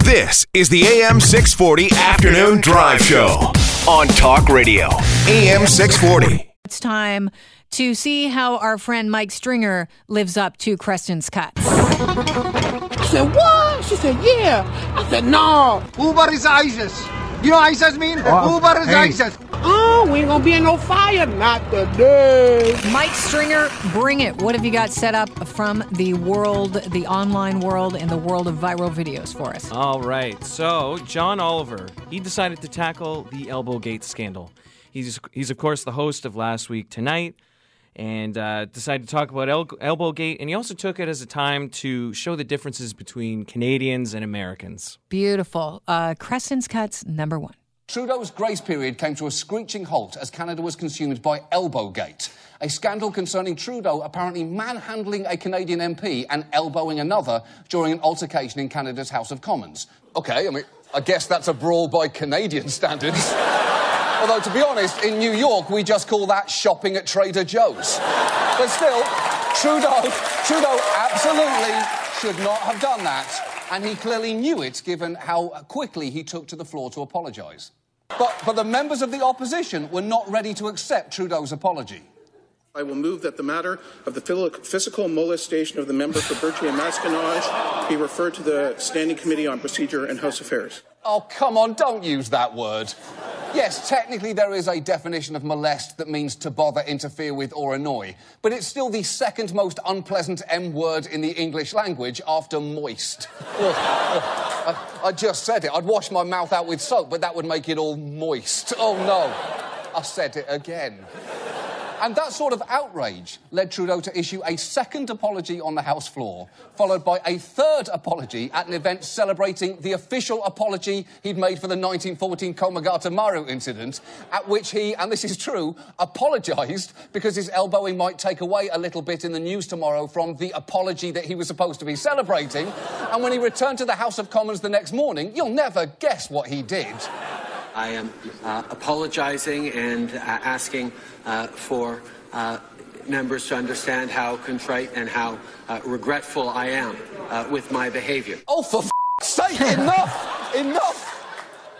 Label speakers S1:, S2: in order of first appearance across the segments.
S1: This is the AM 640 Afternoon Drive Show on Talk Radio. AM 640.
S2: It's time to see how our friend Mike Stringer lives up to Creston's cuts.
S3: I said, what? She said, yeah. I said, no.
S4: Uber is ISIS. You know what ISIS mean? Uber is ISIS.
S3: Oh, we ain't gonna be in no fire. Not today.
S2: Mike Stringer, bring it. What have you got set up from the world, the online world, and the world of viral videos for us?
S5: All right. So, John Oliver, he decided to tackle the Elbowgate scandal. He's, he's of course, the host of Last Week Tonight and uh, decided to talk about El- Elbowgate. And he also took it as a time to show the differences between Canadians and Americans.
S2: Beautiful. Uh, Creston's cuts, number one.
S6: Trudeau's grace period came to a screeching halt as Canada was consumed by Elbowgate, a scandal concerning Trudeau apparently manhandling a Canadian MP and elbowing another during an altercation in Canada's House of Commons. Okay, I mean, I guess that's a brawl by Canadian standards. Although, to be honest, in New York, we just call that shopping at Trader Joe's. But still, Trudeau, Trudeau absolutely should not have done that. And he clearly knew it, given how quickly he took to the floor to apologise. But, but the members of the opposition were not ready to accept Trudeau's apology.
S7: I will move that the matter of the phil- physical molestation of the member for Bertie and Maskinage be referred to the Standing Committee on Procedure and House Affairs.
S6: Oh, come on, don't use that word. Yes, technically there is a definition of molest that means to bother, interfere with, or annoy, but it's still the second most unpleasant M word in the English language after moist. Ugh, ugh, I, I just said it. I'd wash my mouth out with soap, but that would make it all moist. Oh no, I said it again. And that sort of outrage led Trudeau to issue a second apology on the House floor, followed by a third apology at an event celebrating the official apology he'd made for the 1914 Komagata Maru incident, at which he, and this is true, apologised because his elbowing might take away a little bit in the news tomorrow from the apology that he was supposed to be celebrating. And when he returned to the House of Commons the next morning, you'll never guess what he did.
S8: I am uh, apologizing and uh, asking uh, for uh, members to understand how contrite and how uh, regretful I am uh, with my behavior.
S6: Oh, for f- sake, enough! enough!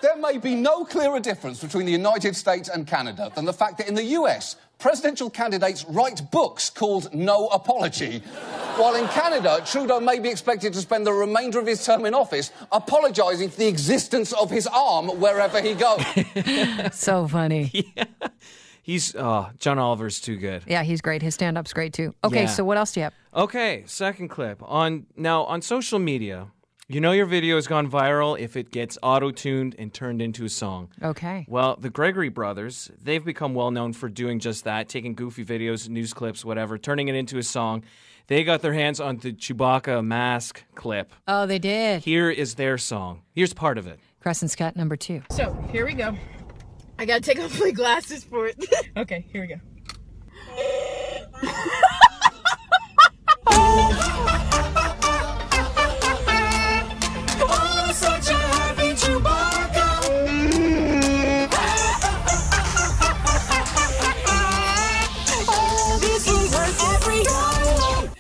S6: There may be no clearer difference between the United States and Canada than the fact that in the US, presidential candidates write books called No Apology, while in Canada, Trudeau may be expected to spend the remainder of his term in office apologising for the existence of his arm wherever he goes.
S2: So funny.
S5: He's, oh, John Oliver's too good.
S2: Yeah, he's great. His stand up's great too. Okay,
S5: Yeah.
S2: so what else do you have?
S5: Okay, second clip. On now on social media, you know your video has gone viral if it gets auto-tuned and turned into a song.
S2: Okay.
S5: Well, the Gregory brothers, they've become well known for doing just that, taking goofy videos, news clips, whatever, turning it into a song. They got their hands on the Chewbacca mask clip.
S2: Oh, they did.
S5: Here is their song. Here's part of it.
S2: Crescent's cut, number two.
S9: So here we go. I gotta take off my glasses for it. okay, here we go.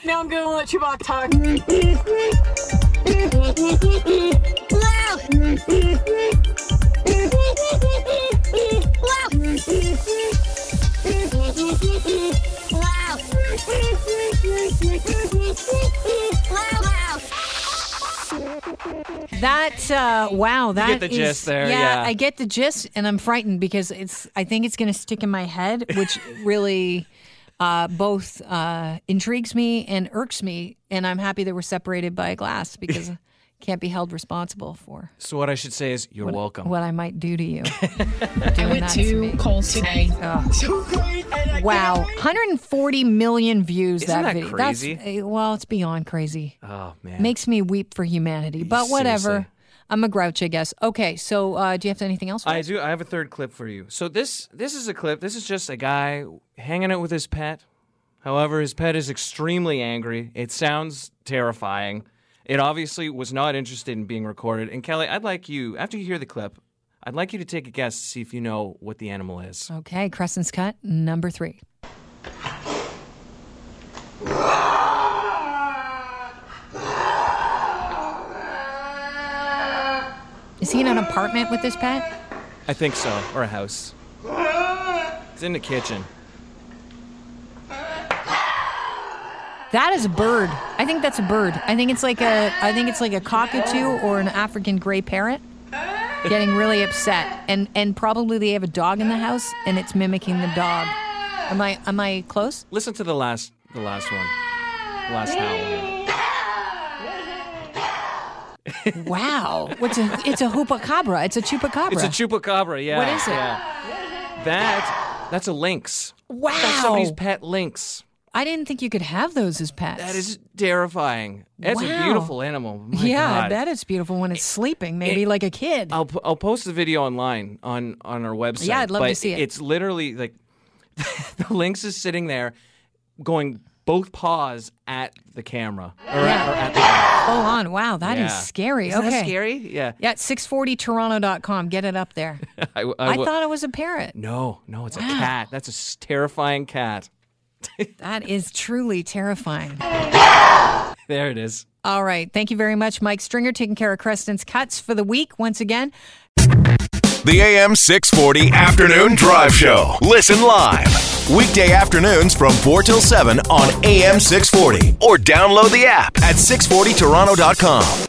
S9: Now I'm gonna let Chewbacca talk.
S2: That uh, wow, that
S5: get the gist
S2: is-
S5: there, yeah.
S2: I get the gist, and I'm frightened because it's. I think it's going to stick in my head, which really uh, both uh, intrigues me and irks me. And I'm happy that we're separated by a glass because I can't be held responsible for
S5: So what I should say is you're welcome.
S2: what I might do to you.
S9: I
S2: that
S9: went
S2: to
S9: to
S2: me.
S9: Cole's today.
S2: Ugh.
S9: So great. And I
S2: Wow,
S9: can't wait.
S2: 140 million views.
S5: Isn't that
S2: video.
S5: crazy?
S2: That's, uh, well, it's beyond crazy.
S5: oh man.
S2: Makes me weep for humanity. But whatever.
S5: Seriously.
S2: I'm a grouch, I guess. Okay, so uh, do you have anything else? for
S5: I
S2: us?
S5: do. I have a third clip for you. So this this is a clip. This is just a guy hanging out with his pet. However, his pet is extremely angry. It sounds terrifying. It obviously was not interested in being recorded. And Kelly, I'd like you after you hear the clip, I'd like you to take a guess to see if you know what the animal is.
S2: Okay, Crescent's Cut, number three. Is he in an apartment with this pet?
S5: I think so, or a house. It's in the kitchen.
S2: That is a bird. I think that's a bird. I think it's like a I think it's like a cockatoo or an African gray parrot getting really upset. And and probably they have a dog in the house and it's mimicking the dog. Am I am I close?
S5: Listen to the last, the last one, the last howl.
S2: Wow. What's a it's a hoopacabra. It's a chupacabra.
S5: It's a chupacabra. Yeah.
S2: What is it?
S5: Yeah. That, that's a lynx.
S2: wow.
S5: That's somebody's pet lynx.
S2: I didn't think you could have those as pets.
S5: That is terrifying. That's a
S2: Wow.
S5: beautiful animal. My
S2: Yeah, I
S5: God. Oh.
S2: bet it's beautiful when it's sleeping, maybe like a kid.
S5: I'll p- I'll post the video online on on our website.
S2: Yeah, I'd love to
S5: but
S2: see it.
S5: It's literally like the lynx is sitting there, going both paws at the camera or, at,
S2: Yeah.
S5: or at the.
S2: Full on. Wow, that is
S5: Yeah.
S2: scary.
S5: Isn't
S2: okay.
S5: that scary? Yeah.
S2: Yeah, it's 640toronto.com. Get it up there.
S5: I, w-
S2: I
S5: w-
S2: thought it was a parrot.
S5: No, no, it's a
S2: Wow.
S5: cat. That's a s- terrifying cat.
S2: That is truly terrifying.
S5: There it is.
S2: All right. Thank you very much, Mike Stringer, taking care of Creston's cuts for the week once again.
S1: The AM 640 Afternoon Drive Show. Listen live. Weekday afternoons from 4 till 7 on AM 640. Or download the app at 640toronto.com.